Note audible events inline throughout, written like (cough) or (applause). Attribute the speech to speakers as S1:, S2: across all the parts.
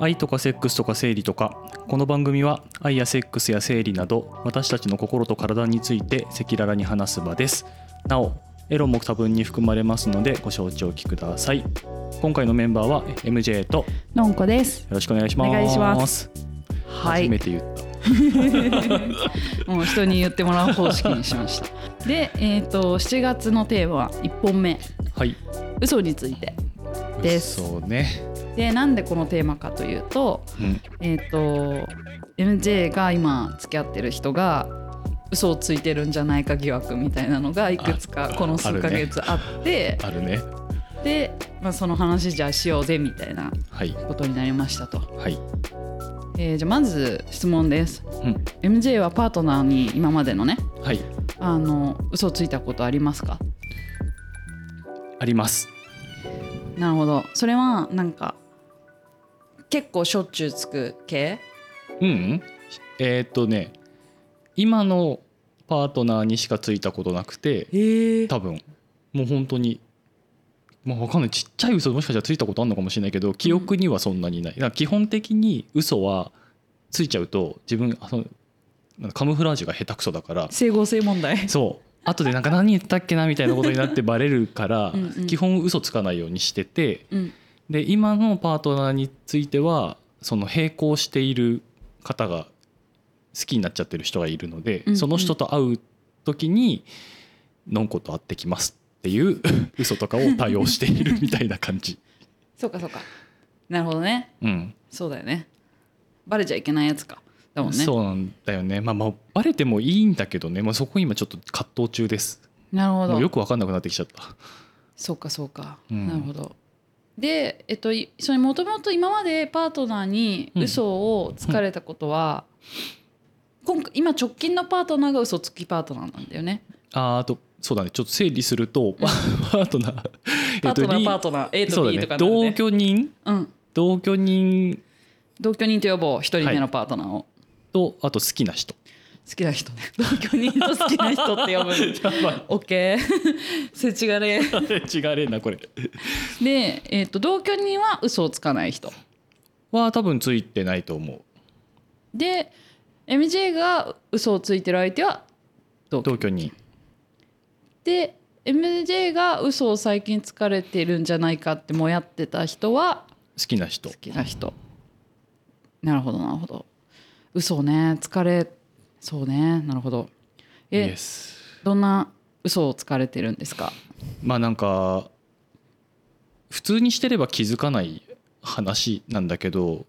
S1: 愛とかセックスとか生理とかこの番組は愛やセックスや生理など私たちの心と体について赤裸々に話す場ですなおエロも多分に含まれますのでご承知おきください今回のメンバーは MJ とよ
S2: のんこです。
S1: ろしくお願いします
S2: お願いしますは
S1: 初
S2: い
S1: め。て言った、
S2: もう人に言ってもらう方式にしました。で、えっ、と7月のテーマは1本目
S1: はい
S2: 嘘について。です
S1: そうね、
S2: で、なんでこのテーマかというと、
S1: うん、
S2: えっ、と MJ が今付き合ってる人が嘘をついてるんじゃないか疑惑みたいなのがいくつかこの数ヶ月あって、
S1: あるね
S2: で、まあその話じゃあしようぜみたいな
S1: はい
S2: ことになりましたと。
S1: はい
S2: えーじゃあまず質問です。
S1: うん
S2: MJ はパートナーに今までのね
S1: はい
S2: あの嘘をついたことありますか
S1: あります
S2: なるほどそれはなんか結構しょっちゅうつく系
S1: うんえーっとね今のパートナーにしかついたことなくて
S2: へえ
S1: 多分もう本当にまあわかんないちっちゃい嘘もしかしたらついたことあるのかもしれないけど記憶にはそんなにないだから基本的に嘘はついちゃうと自分あそのなんかカムフラージュが下手くそだから
S2: 整合性問題
S1: そう後でなんか何言ったっけなみたいなことになってバレるから
S2: うんうん
S1: 基本嘘つかないようにしてて
S2: うん
S1: で今のパートナーについてはその並行している方が好きになっちゃってる人がいるので、
S2: うんうん
S1: その人と会う時に「のんこと会ってきます」っていう (laughs) 嘘とかを対応しているみたいな感じ。
S2: そうかそうかなるほどね
S1: うん
S2: そうだよねバレちゃいけないやつかだもんね
S1: そうなんだよね、まあ、まあバレてもいいんだけどね、まあ、そこ今ちょっと葛藤中です
S2: なるほ
S1: もうよ
S2: ど
S1: く分かんなくなってきちゃった
S2: そうかそうか、
S1: うん
S2: なるほどでえっといそれもともと今までパートナーに嘘をつかれたことは、今回今直近のパートナーが嘘つきパートナーなんだよね
S1: あーあとそうだねちょっと整理すると、 (laughs) パートナー
S2: パ
S1: えっ
S2: ートナ
S1: と
S2: ー
S1: リ
S2: パートナー A
S1: そ
S2: と
S1: う
S2: B
S1: だ
S2: とか
S1: ね
S2: なる
S1: 同
S2: ね
S1: 居人
S2: うん
S1: 同居人
S2: 同居人と呼ぼう一人目のパートナーを、
S1: とあと好きな人
S2: 好きな人ね同居人と好きな人って (laughs) 呼ぶオッケーせちがれ
S1: (laughs) 違うれんなこれ
S2: で、えっと同居人は嘘をつかない人
S1: は多分ついてないと思う
S2: で MJ が嘘をついてる相手は同居
S1: 同居人
S2: で MJ が嘘を最近つかれてるんじゃないかってもやってた人は
S1: 好きな人
S2: 好きな人なるほどなるほど嘘ね疲れそうねなるほどえ、
S1: イエス
S2: どんな嘘をつかれてるんですか
S1: まあなんか普通にしてれば気づかない話なんだけど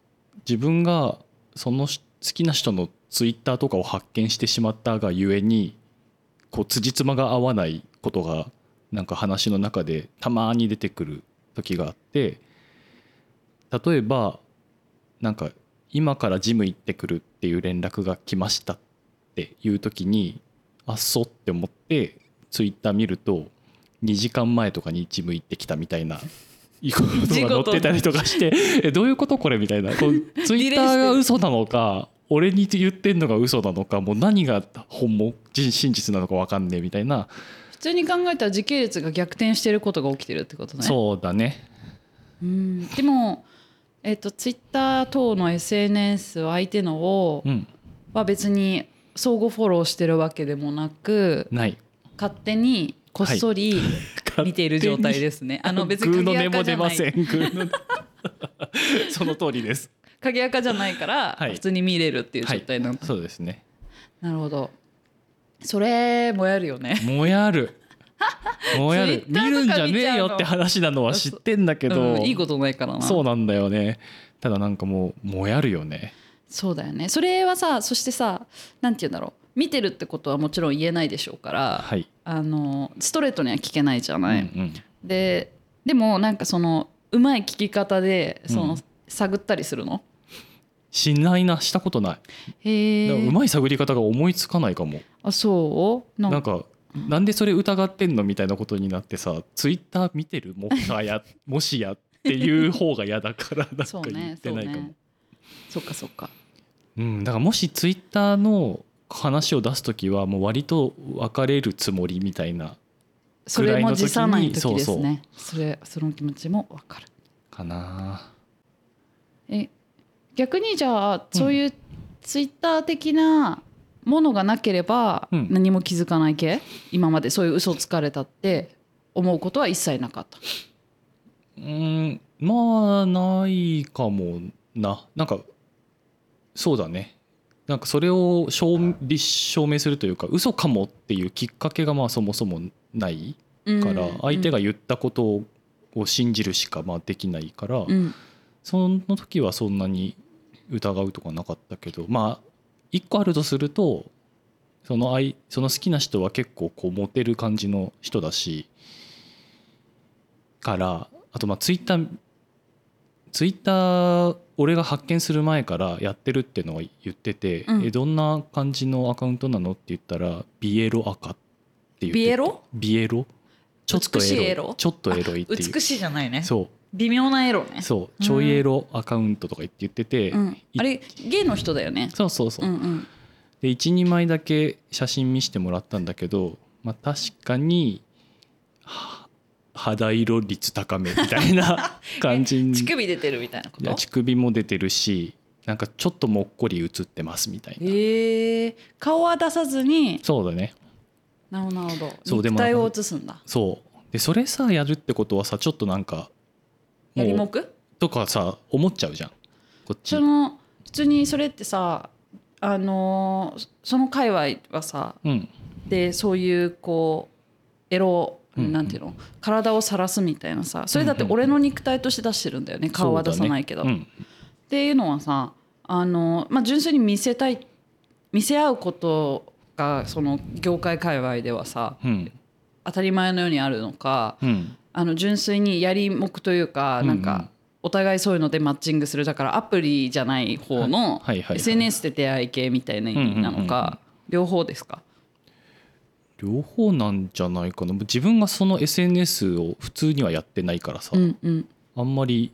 S1: 自分がそのし好きな人のツイッターとかを発見してしまったがゆえにこう辻褄が合わないことがなんか話の中でたまに出てくる時があって例えばなんか「今からジム行ってくる」っていう連絡が来ましたっていう時にあっそうって思ってツイッター見ると2時間前とかにジム行ってきたみたいな。ことが載ってたりとかしてえどういうことこれみたいな
S2: (laughs)
S1: こうツイッターが嘘なのか俺に言ってんのが嘘なのかもう何が本物真真実なのか分かんねえみたいな
S2: 普通に考えたら時系列が逆転してることが起きてるってことね
S1: そうだね
S2: うんでもえっ、とツイッター等の SNS を相手のを
S1: うん
S2: は別に相互フォローしてるわけでもなく
S1: ない
S2: 勝手にこっそり (laughs) 見ている状態
S1: す
S2: ですね、あの別
S1: グー
S2: に
S1: の
S2: 鍵
S1: 根も
S2: 垢じ
S1: 出
S2: ゃ
S1: ま
S2: な
S1: せ
S2: い
S1: んグー
S2: (laughs)
S1: のその通りです
S2: 鍵垢じゃないから
S1: はい
S2: 普通に見れるっていう
S1: は
S2: 状
S1: い
S2: 態なんだ、
S1: そうですね
S2: なるほどそれもやるよね
S1: もやるもやる
S2: Twitter と
S1: 見
S2: か
S1: るんじゃねえよって
S2: 見ちゃう
S1: 話なのは知ってんだけど、
S2: うんいいことないからな
S1: そうなんだよねただなんかもうもやるよね
S2: そうだよねそれはさそしてさなんて言うんだろう見てるってことはもちろん言えないでしょうから、
S1: はい、
S2: あのストレートには聞けないじゃない、
S1: うんうん
S2: ででもなんかそのうまい聞き方でその、
S1: うん
S2: 探ったりするの
S1: しないなしたことない
S2: へ
S1: でも
S2: え
S1: うまい探り方が思いつかないかも
S2: あそうなん
S1: な
S2: か
S1: んかなんでそれ疑ってんのみたいなことになってさツイッター見てるもはやもしやっていう方が嫌だからなんか
S2: そう
S1: 言
S2: ね
S1: って
S2: そう
S1: ないかもう,、
S2: ねそっかそっか
S1: んだからもしツイッターの話を出す時はもう割と別れるつもりみたいな
S2: それも辞さない
S1: そ
S2: 時
S1: う
S2: です
S1: そう
S2: ねそれその気持ちもわかる
S1: かな
S2: え逆にじゃあそういうツイッター的なものがなければ
S1: うん
S2: 何も気づかない系、今までそういう嘘をつかれたって思うことは一切なかった
S1: うんまあないかもななんかそうだねなんかそれを証明立証明するというか嘘かもっていうきっかけがまあそもそもないから相手
S2: が、
S1: が言ったことを信じるしかまあできないから
S2: うん
S1: その時はそんなに疑うとかなかったけどまあ一個あるとするとその愛その好きな人は結構こうモテる感じの人だしからあとまあツイッターツイッター俺が発見する前からやってるっていうのは言ってて、
S2: うん
S1: えどんな感じのアカウントなのって言ったらビエロ赤って言ってて
S2: ビエロ
S1: ビエロちょっと
S2: 美しい
S1: エ
S2: エ
S1: ロ
S2: ロ
S1: ちょっとエロいっていう
S2: 美しいじゃないね
S1: そう
S2: 微妙なエロね
S1: そううんちょいエロアカウントとか言って言ってて、
S2: うん、あれゲイの人だよね
S1: そうそうそう、
S2: うんうん
S1: で12枚だけ写真見してもらったんだけど、まあ、確かには肌色率高めみたい
S2: (laughs)
S1: な感じに
S2: 乳首出てるみたいなこ
S1: いや
S2: と
S1: 乳首も出てるしなんかちょっともっこり写ってますみたいな、
S2: えー、顔は出さずに
S1: そうだね
S2: なるほどなるほ
S1: そ
S2: ど
S1: うでも
S2: 肉体を映すんだ
S1: そうでそれさやるってことはさちょっとなんか
S2: やりも
S1: もう
S2: く
S1: とかさ思っちゃうじゃんこっち
S2: その普通にそれってさあのーその界隈はさ
S1: うん
S2: でそういうこうエロ
S1: うんうん
S2: なんていうの体を晒すみたいなさそれだっ
S1: う
S2: て
S1: んうんうん
S2: 俺の肉体として出してるんだよね顔は出さないけど、
S1: そうだね
S2: っていうのはさあの、まあ、純粋に見せたい見せ合うことがその業界界隈ではさ
S1: うんうん
S2: 当たり前のようにあるのか
S1: うん
S2: あの純粋にやりもくというかなん
S1: うんうん
S2: かお互いそういうのでマッチングするだからアプリじゃない方の
S1: はいはいはい
S2: SNS で出会い系みたいな意味なのか両方ですか
S1: 両方なんじゃないかな自分がその SNS を普通にはやってないからさ、
S2: うんうん
S1: あんまり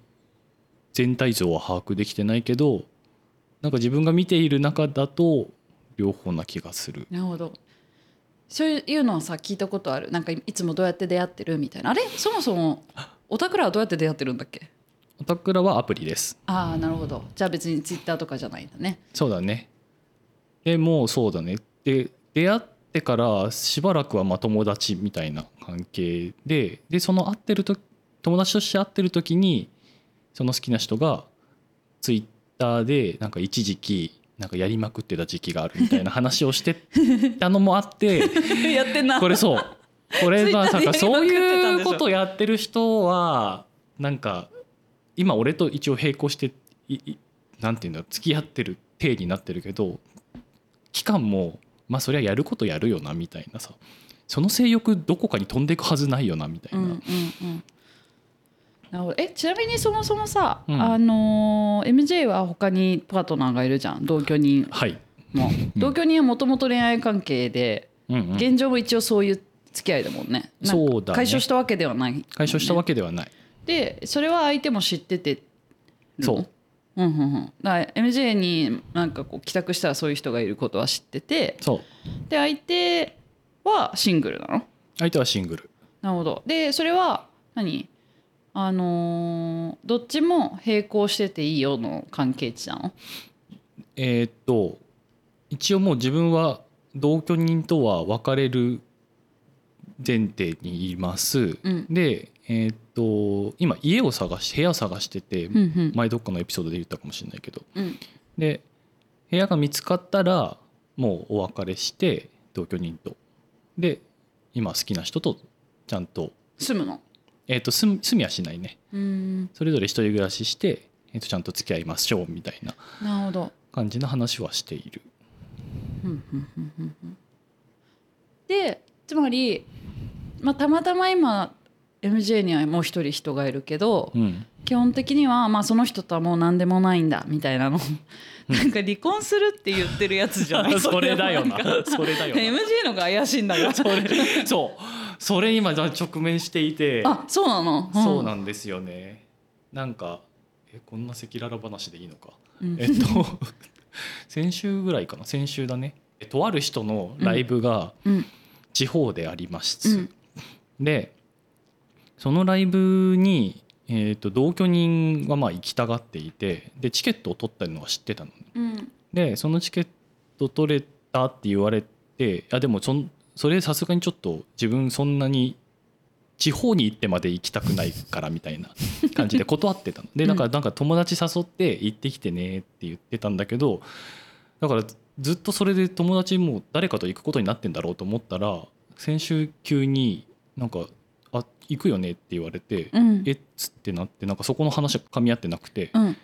S1: 全体像は把握できてないけどなんか自分が見ている中だと両方な気がする
S2: なるほどそういうのはさ聞いたことあるなんかいつもどうやって出会ってるみたいなあれそもそもおたくらはどうやって出会ってるんだっけ
S1: おたくらはアプリです
S2: ああなるほどじゃあ別にツイッターとかじゃないんだ
S1: (laughs)
S2: ね
S1: そうだねでもうそうだねで出会ってからしばらくはまあ友達みたいな関係ででその会ってると友達として会ってる時にその好きな人がツイッターでなんか一時期なんかやりまくってた時期があるみたいな話をしてたのもあって
S2: やってんな
S1: これそうこれはさ
S2: Twitter でやりま
S1: そう
S2: くってたんでしょ
S1: いうことやってる人はなんか今俺と一応並行していいなんていうんだ付き合ってる体になってるけど期間もまあそりゃやることやるよなみたいなさその性欲どこかに飛んでいくはずないよなみた
S2: う
S1: い
S2: んう
S1: な、
S2: んうんなるほどえちなみにそもそもさ、
S1: うん
S2: あのー MJ は他にパートナーがいるじゃん同居人
S1: はい、
S2: も、
S1: ん
S2: 同居人はもともと恋愛関係で
S1: うんうん
S2: 現状も一応そういう付き合いだもんねなんか
S1: そうだね
S2: 解消したわけではない、
S1: 解消したわ
S2: け
S1: けではない、
S2: でそれは相手も知っててるの
S1: そう
S2: うんうんうん、だから MJ になんかこう帰宅したらそういう人がいることは知ってて
S1: そう
S2: で相手はシングルなの
S1: 相手はシングル
S2: なるほどでそれは何あのーどっちも並行してていいよの関係値なの
S1: えーっと一応もう自分は同居人とは別れる前提にいます、
S2: うん
S1: で、えーっと今家を探し部屋探してて、
S2: うんうん
S1: 前どっかのエピソードで言ったかもしれないけど
S2: うん
S1: で部屋が見つかったらもうお別れして同居人とで今好きな人とちゃんと,、
S2: 住むの
S1: えーっと住み住みはしないね
S2: うん
S1: それぞれ一人暮らしして、えーっとちゃんと付き合いましょうみたいな
S2: なるほど
S1: 感じの話はしている。
S2: うんうんうんうんうんでつまり、まあ、たまたま今 MJ にはもう一人人がいるけど、
S1: うん
S2: 基本的には、まあ、その人とはもう何でもないんだみたいなのなんか離婚するって言ってるやつじゃな
S1: (laughs)
S2: い
S1: それだよな
S2: それはんか
S1: それだよな
S2: MJ のが怪しいんだから
S1: それそうそれ今直面していて
S2: あそうなの、
S1: そうなんんですよねなんかえこんな赤裸々話でいいのか
S2: うん
S1: えっと (laughs) 先週ぐらいかな先週だねえとある人のライブが
S2: うん
S1: 地方でありま
S2: う
S1: す、
S2: ん
S1: でそのライブにえー、と同居人はまあ行きたがっていてでチケットを取ったのは知ってたの
S2: うん
S1: でそのチケット取れたって言われてあでもそんそれさすがにちょっと自分そんなに地方に行ってまで行きたくないからみた
S2: (laughs)
S1: いな感じで断ってたのでだからなんか友達誘って行ってきてねって言ってたんだけどだからずっとそれで友達も誰かと行くことになってんだろうと思ったら先週急になんか「あ行くよね」って言われて
S2: うん
S1: 「えっ?」つってなってなんかそこの話が噛み合ってなくて
S2: うん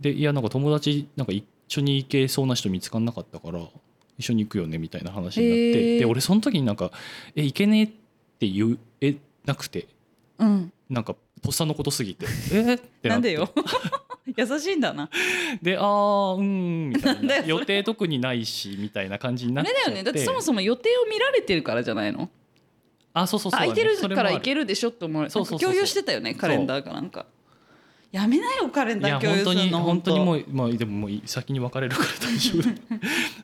S1: でいやなんか友達なんか一緒に行けそうな人見つからなかったから一緒に行くよねみたいな話になって、
S2: へー
S1: で俺その時になんか「え行けねえ」って言えなくて
S2: うん
S1: なんかとっさのことすぎ
S2: (laughs)
S1: て「えっ?」ってなって
S2: なんでよ (laughs) 優しいんだな
S1: で「あーうーん」みたい
S2: だ
S1: な
S2: よそれ
S1: 予定特にないしみたいな感じにな
S2: あ
S1: っちゃっ
S2: れだ
S1: て
S2: よねだってそもそも予定を見られてるからじゃないの
S1: あそうそうそうだ
S2: あ
S1: ね、
S2: いける
S1: それ
S2: か
S1: もあ
S2: らいけるでしょって思われ
S1: そうそうそうそう
S2: 共有してたよねカレンダーかなんかやめなよカレン
S1: い
S2: ダ
S1: や
S2: ー共有
S1: 本
S2: す
S1: 当
S2: る
S1: に
S2: の
S1: 本当にもう、まあ、でももう先に別れるから大丈
S2: (laughs)
S1: 夫だ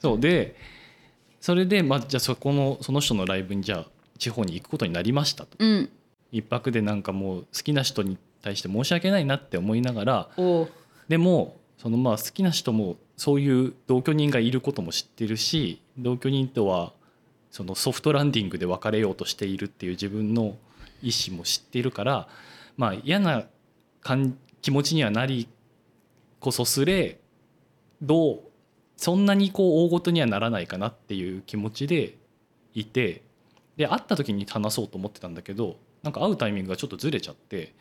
S1: そうでそれで、まあ、じゃあそこのその人のライブにじゃあ地方に行くことになりましたと。
S2: うん
S1: 一泊でなんかもう好きな人に対して申し訳ないなって思いながら
S2: おう
S1: でもそのまあ好きな人もそういう同居人がいることも知ってるし同居人とはそのソフトランディングで別れようとしているっていう自分の意思も知っているからまあ嫌な感気持ちにはなりこそすれどうそんなにこう大ごとにはならないかなっていう気持ちでいてで会った時に話そうと思ってたんだけどなんか会うタイミングがちょっとずれちゃって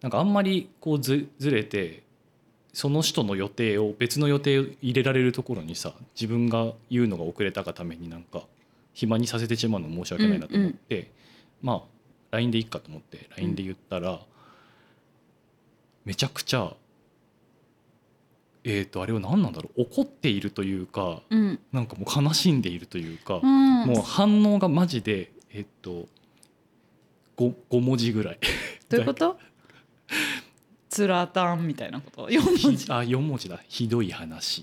S1: なんかあんまりこうずずれてその人の予定を別の予定を入れられるところにさ自分が言うのが遅れたがためになんか暇にさせてしまうの申し訳ないなと思って、まあ LINE でいいかと思って LINE で言ったら、めちゃくちゃえっ、とあれは何なんだろう怒っているというか
S2: うん
S1: なんかもう悲しんでいるというか、
S2: うん
S1: もう反応がマジでえっと 5, 5文字ぐらい
S2: どういうことつらたんみたいなこと4文字
S1: ひあ4文字だひどい
S2: (laughs)
S1: 話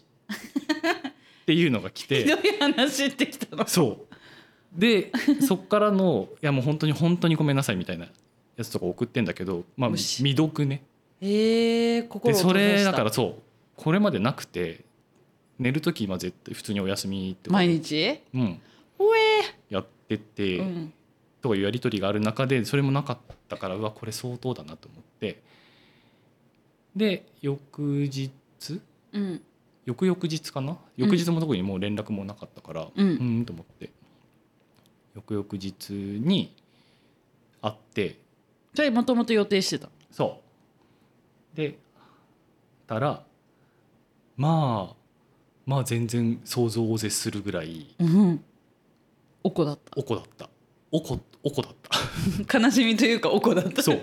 S1: っていうのが来
S2: ひど
S1: て
S2: い話ってきたの
S1: そうでそっからのいやもう本当に本当にごめんなさいみたいなやつとか送ってんだけどまあ
S2: 無視
S1: 未読ね
S2: えー、心
S1: で
S2: を
S1: そ
S2: 閉ざ
S1: れ
S2: した
S1: だからそうこれまでなくて寝る時は絶対普通にお休みってこと
S2: 毎日
S1: うん、
S2: ほえ
S1: やってて、
S2: ーうん
S1: とかいうやり取りがある中でそれもなかったからうわこれ相当だなと思ってで翌日
S2: うん
S1: 翌々日かな翌日も特にもう連絡もなかったから
S2: うん
S1: うーんと思って翌々日に会って
S2: じゃあもともと予定してた
S1: そうでたらまあまあ全然想像を絶するぐらい
S2: うんおこだっ
S1: おこだったおこおこだった
S2: た悲しみというかおこだった
S1: そう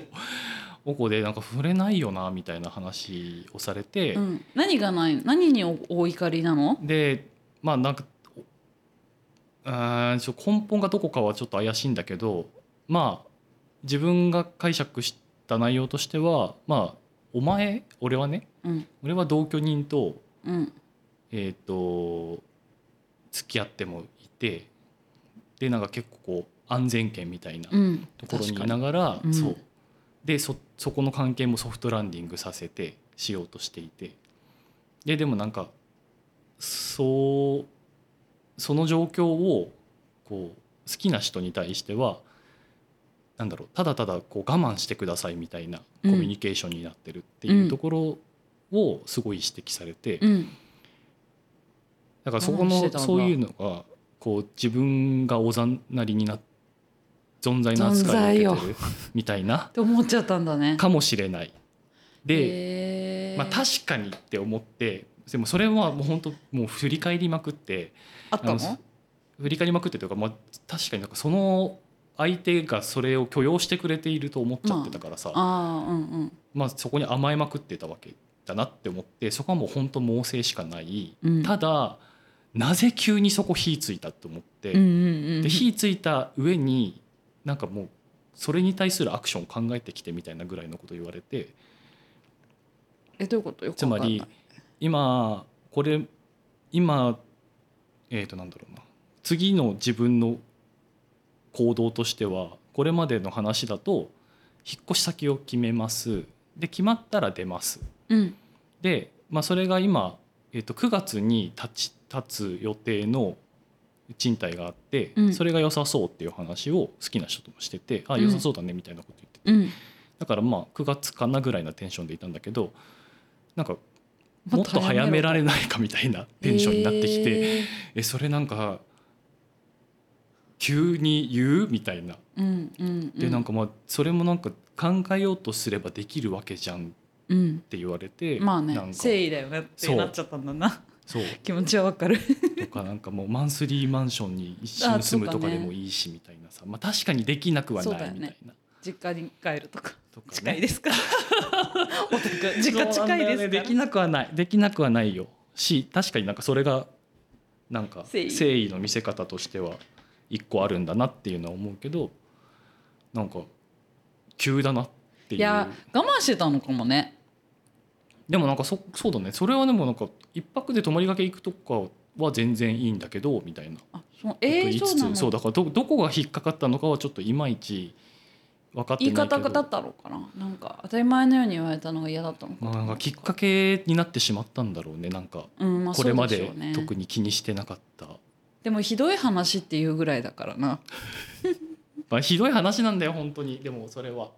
S1: おこでなんか触れないよなみたいな話をされて、
S2: うん、何がない何におお怒りなの
S1: でまあなんかおあーちょ根本がどこかはちょっと怪しいんだけどまあ自分が解釈した内容としてはまあお前俺はね
S2: うん
S1: 俺は同居人と
S2: うん
S1: えっ、と付き合ってもいてでなんか結構こう安全圏みたいな
S2: うん
S1: ところに
S2: 確
S1: い
S2: か
S1: な
S2: に
S1: がら、
S2: 確かにうん
S1: そうでそそこの関係もソフトランディングさせてしようとしていてででもなんかそうその状況をこう好きな人に対してはなんだろうただただこう我慢してくださいみたいなコミュニケーションになってるっていうところをすごい指摘されて、
S2: うん
S1: だからそこ
S2: 我慢して
S1: の
S2: たんだ
S1: そういうのがこう自分がおざなりにな存在の扱いを受けてるみたいな
S2: って思っちゃったんだね
S1: かもしれない。で、
S2: へー
S1: まあ、確かにって思ってでもそれはもう本当もう振り返りまくって
S2: あった
S1: あ
S2: の
S1: のそ振り返りまくってというか、まあ、確かになんかその相手がそれを許容してくれていると思っちゃってたからさ、
S2: ああうん
S1: まあ、そこに甘えまくってたわけだなって思ってそこはもう本当猛省しかない。
S2: うんうん
S1: ただなぜ急にそこ火ついたと思って、
S2: うんうんうん
S1: で火ついた上になんかもうそれに対するアクションを考えてきてみたいなぐらいのこと言われて
S2: えどういうことよく
S1: つ
S2: わ
S1: ま
S2: かんない
S1: り今これ今えっ、となんだろうな次の自分の行動としてはこれまでの話だと引っ越し先を決めますで決まったら出ます
S2: うん
S1: で、まあ、それが今、えっと9月に立ち立つ予定の賃貸があって、
S2: うん
S1: それが良さそうっていう話を好きな人ともしててあ
S2: うん
S1: 良さそうだねみたいなこと言ってて、
S2: うん
S1: だからまあ9月かなぐらいなテンションでいたんだけどなんかもっ
S2: もっ
S1: と
S2: と
S1: 早
S2: 早
S1: め
S2: め
S1: ら
S2: ろ
S1: れないかみたいなテンションになってきて、
S2: えー
S1: えそれなんか急に言うみたいな
S2: うんうん
S1: でなんかまあそれもなんか考えようとすればできるわけじゃんっ
S2: うん
S1: て言われて
S2: まあね
S1: なんか
S2: 誠意だよねってなっちゃったんだな
S1: そう
S2: 気持ちはわかる
S1: とかなんかもうマンスリーマンションに一
S2: あ
S1: 緒
S2: そう
S1: に住む
S2: か
S1: とか
S2: ね
S1: でもいいしみたいなさ、まあ確かにできなくは
S2: そ
S1: な
S2: うだ
S1: い
S2: よ
S1: み
S2: ね
S1: たいな。
S2: 実家に帰るとか
S1: とかね
S2: 近いですからお宅実家
S1: そうなん
S2: 近
S1: だ
S2: い
S1: よね
S2: です
S1: で
S2: か
S1: き
S2: ら
S1: なくはないできなくはないよし確かになんかそれがなんか誠
S2: 誠意
S1: 意の見せ方としては一個あるんだなっていうのは思うけどなんか急だなってい
S2: いうや我慢してたのかもね
S1: でもなんかそそうだねそれはでもなんか一泊で泊まりがけ行くとかは全然いいんだけどみたいな
S2: あそう
S1: こと言
S2: えー、
S1: い
S2: そ
S1: つ
S2: うな
S1: つそう
S2: の
S1: だからどどこが引っかかったのかはちょっといまいち分かって
S2: 言
S1: ない
S2: い
S1: けど
S2: 方だったのかななんか当たり前のように言われたのが嫌だったのか
S1: まあ、なんかきっかけになってしまったんだろうねなんか
S2: うんまあ
S1: これま
S2: そう
S1: で
S2: しょうね
S1: 特に気にしてなかった、
S2: でもひどい話っていうぐらいだからな
S1: まあ、ひどい話なんだよ本当にでもそれは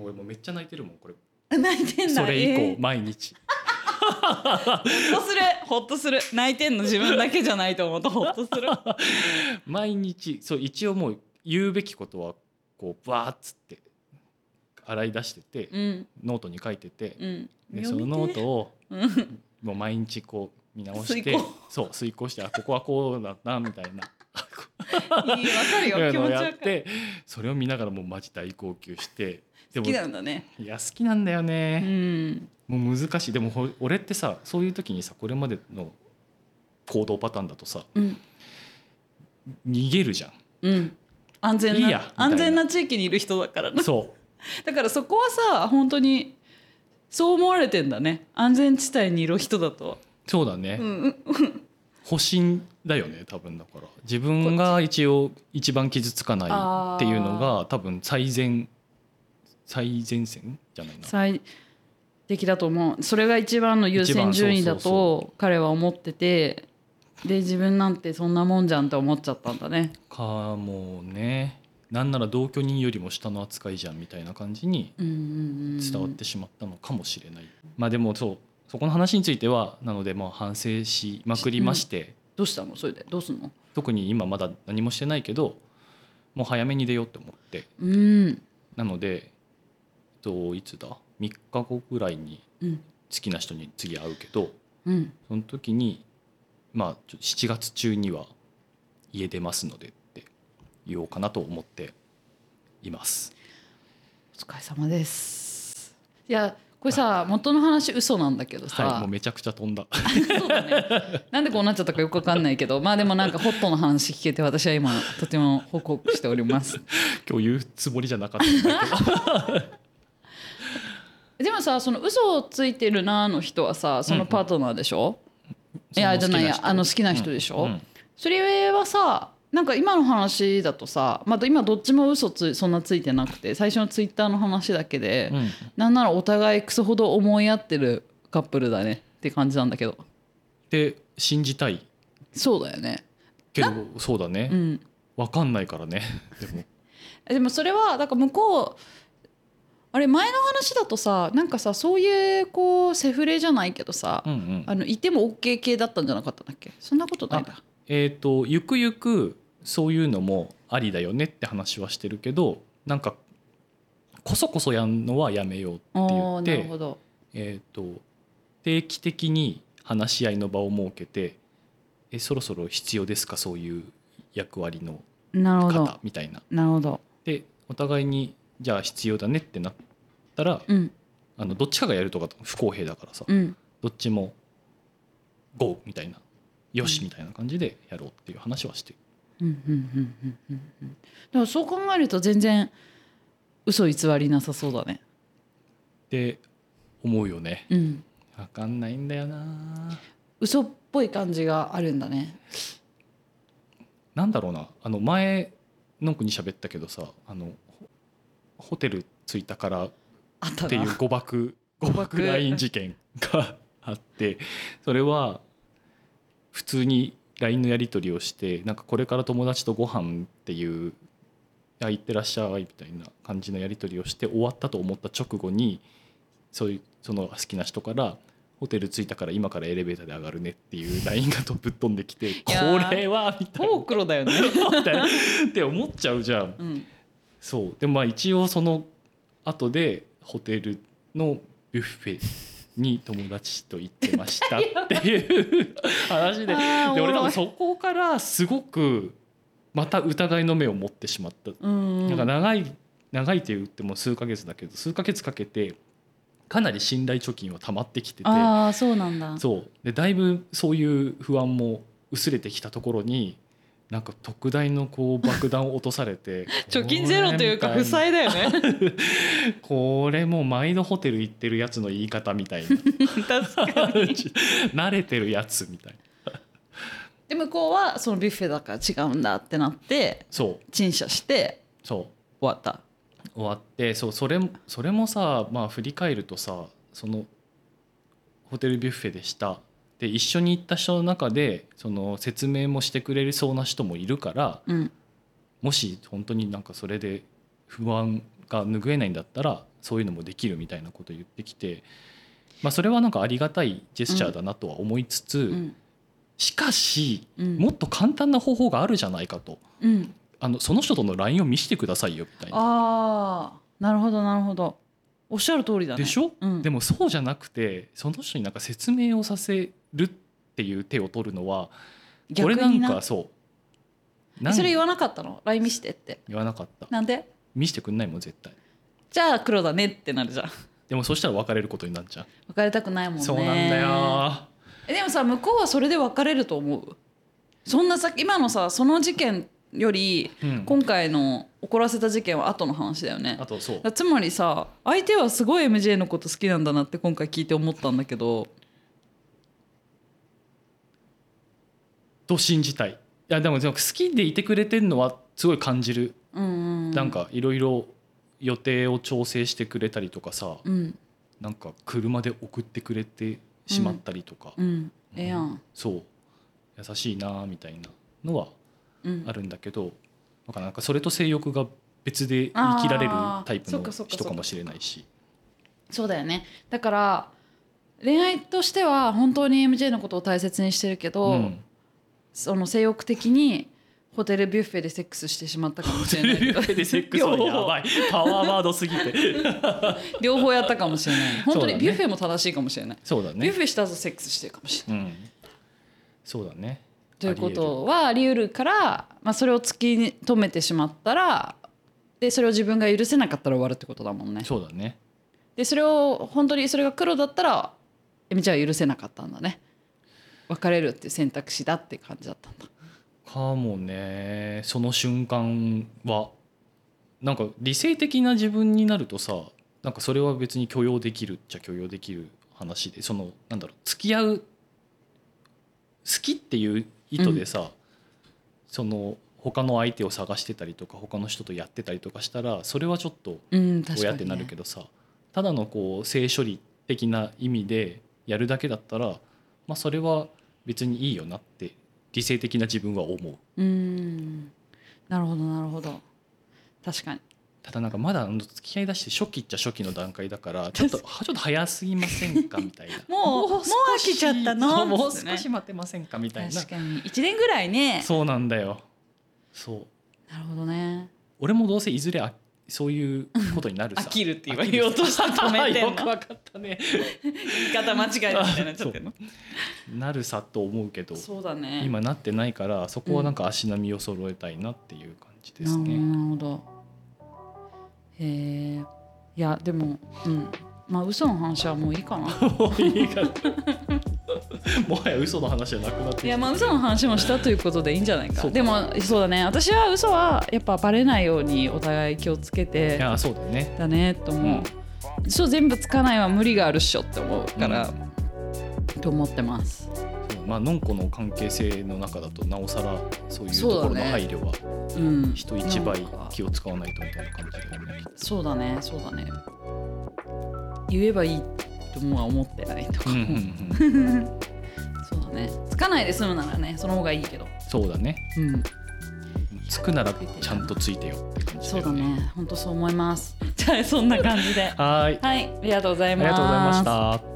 S1: 俺もうめっちゃ泣いてるもんこれ
S2: (laughs) 泣いてんだ
S1: それ以降、
S2: えー
S1: 毎日
S2: ほっとするほっとする泣いてんの自分だけじゃないと思うとほっとする
S1: 毎日そう一応もう言うべきことはこうバーッつって洗い出してて、
S2: (laughs) うん
S1: ノートに書いてて、
S2: うん
S1: でその
S2: (laughs)
S1: ノートを
S2: うん
S1: もう毎日こう見直して
S2: 遂行
S1: そう遂行してあここはこうだなみたいな
S2: (laughs) いいわかる
S1: そうい
S2: よ
S1: う
S2: 気
S1: のを
S2: 持ち
S1: や
S2: わ
S1: っ
S2: かる
S1: てそれを見ながらもうマジ大号泣してで
S2: 好
S1: も
S2: きなんだね
S1: いや好きなんだよ
S2: う
S1: ね、
S2: ん
S1: もう難しいでもほ俺ってさそういう時にさこれまでの行動パターンだとさ
S2: うん
S1: 逃げるじゃん
S2: うん安全
S1: いい
S2: な
S1: やみたいな
S2: 安全な地域にいる人だからな
S1: そ
S2: だからそこはさ本当にそう思われてんだね安全地帯にいる人だと
S1: うそうだね、
S2: うんうん
S1: 保身だよね多分だから自分が一応一番傷つかないっていうのが多分最前最前線じゃないな
S2: 最適だと思うそれが一番の優先順位だ
S1: 一番そう
S2: と彼は思っててで自分なんてそんなもんじゃんって思っちゃったんだね
S1: かもねなんなら同居人よりも下の扱いじゃんみたいな感じに
S2: うんうんうん
S1: 伝わってしまったのかもしれない、まあでもそうそこの話についてはなのでまあ反省しまくりまして、
S2: どうしたのそれでどうすんの
S1: 特に今まだ何もしてないけどもう早めに出ようって思って
S2: うん
S1: なので、えっと、いつだ3日後ぐらいに
S2: うん
S1: 好きな人に次会うけど
S2: うん
S1: その時にまあちょ7月中には家出ますのでって言おうかなと思っています
S2: お疲れ様ですいやこれさ元の話嘘なんだけどさ、
S1: はいもうめちゃくちゃ飛んだ (laughs)
S2: そうだねなんでこうなっちゃったかよくわかんないけどまあでもなんかホットの話聞けて私は今とても報告してお
S1: (laughs)
S2: ります
S1: 今日言うつもりじゃなかったんだけど
S2: でもさその嘘をついてるなーの人はさそのパートナーでしょ、 (laughs) いやじゃないやあの好きな人でしょ、
S1: うんうん
S2: それはさなんか今の話だとさまた今どっちも嘘つそんなついてなくて最初のツイッターの話だけで、
S1: うん
S2: なんならお互いクソほど思い合ってるカップルだねって感じなんだけど
S1: で信じたい
S2: そうだよね
S1: けどそうだね、
S2: うん
S1: わかんないからねでも
S2: えでもそれはだから向こうあれ前の話だとさなんかさそういうこうセフレじゃないけどさ、
S1: うんうん
S2: あのいても OK 系だったんじゃなかったんだっけそんなことないんだ
S1: えー、とゆくゆくそういうのもありだよねって話はしてるけどなんかこそこそやんのはやめようって言
S2: お
S1: っ
S2: ーなる
S1: て
S2: ほ、ど
S1: えー、と定期的に話し合いの場を設けてえそろそろ必要ですかそういう役割の
S2: なるほど
S1: 方みたいな。
S2: なるほど
S1: でお互いにじゃあ必要だねってなったら
S2: うん
S1: あのどっちかがやるとか不公平だからさ
S2: うん
S1: どっちも「GO」みたいな「よし」みたいな感じでやろうっていう話はしてる
S2: うんうんうんうんうんうんだからそう考えると全然嘘偽りなさそうだね
S1: って思うよね
S2: うん
S1: 分かんないんだよな
S2: 嘘っぽい感じがあるんだね
S1: なんだろうなあの前のんくに喋ったけどさあのホホテル着いたから
S2: あったな
S1: っていう誤
S2: (laughs)
S1: 爆誤
S2: 爆
S1: 爆 LINE 事件があってそれは普通に LINE のやり取りをしてなんかこれから友達とご飯っていう「あ行ってらっしゃい」みたいな感じのやり取りをして終わったと思った直後にそういうその好きな人から「ホテル着いたから今からエレベーターで上がるね」っていう
S2: (laughs)
S1: LINE がとぶっ飛んできて「こ
S2: やー
S1: れは」みたい
S2: ほぼ黒だよね、
S1: なみたいな (laughs) って思っちゃうじゃん。
S2: うん、
S1: そうでもまあ一応その後でホテルのビュッフェに友達と行ってましたっていう話でで
S2: あーおも
S1: 俺多
S2: ろ
S1: 分
S2: い
S1: そこからすごくまた疑いの目を持ってしまった、
S2: うん
S1: なんか長い長いと言っても数ヶ月だけど数ヶ月かけてかなり信頼貯金は溜まってきてて
S2: ああそうなんだ
S1: そうでだいぶそういう不安も薄れてきたところになんか特大のこう爆弾を落とされて
S2: (laughs) 貯金ゼロというか
S1: これ
S2: 負
S1: みたいな
S2: 債だよね
S1: (laughs) これもう毎度ホテル行ってるやつの言い方みたいな
S2: 確かに
S1: (laughs) 慣れてるやつみたいな
S2: (laughs) で向こうはそのビュッフェだから違うんだってなって
S1: そう
S2: 陳謝して
S1: そ
S2: 終わった
S1: う終わってそうそれもそれもさまあ振り返るとさそのホテルビュッフェでしたで一緒に行った人の中でその説明もしてくれるそうな人もいるから
S2: うん
S1: もし本当になんかそれで不安が拭えないんだったらそういうのもできるみたいなこと言ってきて、まあ、それはなんかありがたいジェスチャーだなとは思いつつ、
S2: うん
S1: しかし
S2: うん
S1: もっと簡単な方法があるじゃないかと
S2: うん
S1: あのその人との LINE を見せてくださいよみたいな。
S2: ああなるほどなるほどおっしゃる通りだね
S1: でしょ、
S2: うん
S1: でもそうじゃなくてその人になんか説明をさせるっていう手を取るのはこ
S2: 逆
S1: れな
S2: に
S1: ん
S2: な
S1: かそうなん
S2: それ言わなかったの LINE 見してって
S1: 言わなかった
S2: なんで
S1: 見せてくんないもん絶対
S2: じゃあ黒だねってなる
S1: (laughs)
S2: じゃん
S1: でもそしたら別れることになっちゃう、
S2: 別れたくないもんね
S1: そうなんだよ
S2: えでもさ向こうはそれで別れると思うそんなさ今のさその事件より、
S1: うん
S2: 今回の怒らせた事件は後の話だよね
S1: あとそう
S2: だつまりさ相手はすごい MJ のこと好きなんだなって今回聞いて思ったんだけど
S1: と信じたいいやでもでも好きでいてくれてるのはすごい感じる、
S2: うんうん
S1: なんかいろいろ予定を調整してくれたりとかさ、
S2: うん
S1: なんか車で送ってくれてしまったりとか、
S2: うんええやん
S1: そう優しいなーみたいなのは
S2: うん
S1: あるんだけど、なんかなんかそれと性欲が別で生きられる
S2: あー
S1: タイプ
S2: そっ
S1: の
S2: かそっか
S1: 人かもしれないし
S2: そうだよねだから恋愛としては本当に MJ のことを大切にしてるけ
S1: (laughs)
S2: ど、
S1: うん
S2: その性欲的にホテルビュッフェでセックスしてしまったかもしれないけど
S1: でセックスはやばいパワーワードすぎ
S2: (laughs)
S1: て
S2: 両方やったかもしれない本当に
S1: そうだね
S2: ビュッフェも正しいかもしれない、
S1: そうだ
S2: ビュッ
S1: ね
S2: フェした後セックスしてるかもしれない
S1: うんそうだね
S2: ということはあり得るから、まあ、それを突き止めてしまったらでそれを自分が許せなかったら終わるってことだもん
S1: あ
S2: ね
S1: り得るそうだね
S2: でそれを本当にそれが黒だったらえみちゃんは許せなかったんだね別れるっていう選択肢だって感じだったんだ
S1: かもねその瞬間はなんか理性的な自分になるとさなんかそれは別に許容できるっちゃ許容できる話でそのなんだろう付き合う好きっていう意図でさ、その他の相手を探してたりとか他の人とやってたりとかしたらそれはちょっと
S2: うん確かに、ね、
S1: 親ってなるけどさ、ただのこう性処理的な意味でやるだけだったら、まあ、それは別にいいよなって理性的な自分は思う
S2: うーんなるほどなるほど確かに
S1: ただなんかまだあの付き合いだして初期っちゃ初期の段階だから
S2: (laughs)
S1: ちょっとはちょっと早すぎませんかみたいな
S2: もうもう飽きちゃったの
S1: そうもう
S2: つって
S1: 少
S2: ね
S1: し待てませんかみたいな
S2: 確かに1年ぐらいね
S1: そうなんだよそう
S2: なるほどね
S1: 俺もどうせいずれあそういうことになるさ
S2: 飽
S1: (laughs)
S2: きるって言わ
S1: 飽き
S2: 言おうとしたら止めてんの
S1: よくわかったね
S2: (laughs) 言い方間違えたみたいになっちゃってるの
S1: なるさと思うけど
S2: そうだね
S1: 今なってないからそこはなんか足並みを揃えたいなっていう感じですね、
S2: なるほどなるほどへえいやでもうんまあ嘘の話はもういいかな
S1: もういいかな (laughs) もはや嘘の話じゃなくなってき
S2: い
S1: た
S2: やまあ嘘の話もしたということでいいんじゃないか
S1: そうか
S2: でもそうだね私は嘘はやっぱバレないようにお互い気をつけて
S1: いやそうだね
S2: だねと思う、そう全部つかないは無理があるっしょって思うから、と思ってます
S1: そうまあのんこの関係性の中だとなおさらそういうと
S2: そうだね
S1: ころの配慮は
S2: うん
S1: 人一倍
S2: なんか
S1: 気を使わないとみたいな感じだよね。
S2: そうだねそうだね言えばいいともは思ってないと
S1: う
S2: か
S1: んうんうん
S2: そうだねつかないで済むならねその方がいいけど
S1: そうだね
S2: (laughs) うん
S1: つくならちゃんとついてよって感じ
S2: そ
S1: だ
S2: うだ
S1: よね
S2: ね本当そう思います (laughs) じゃあそんな感じで
S1: はーい
S2: はいありがとうござい
S1: あ
S2: ま
S1: り
S2: す
S1: がとうございました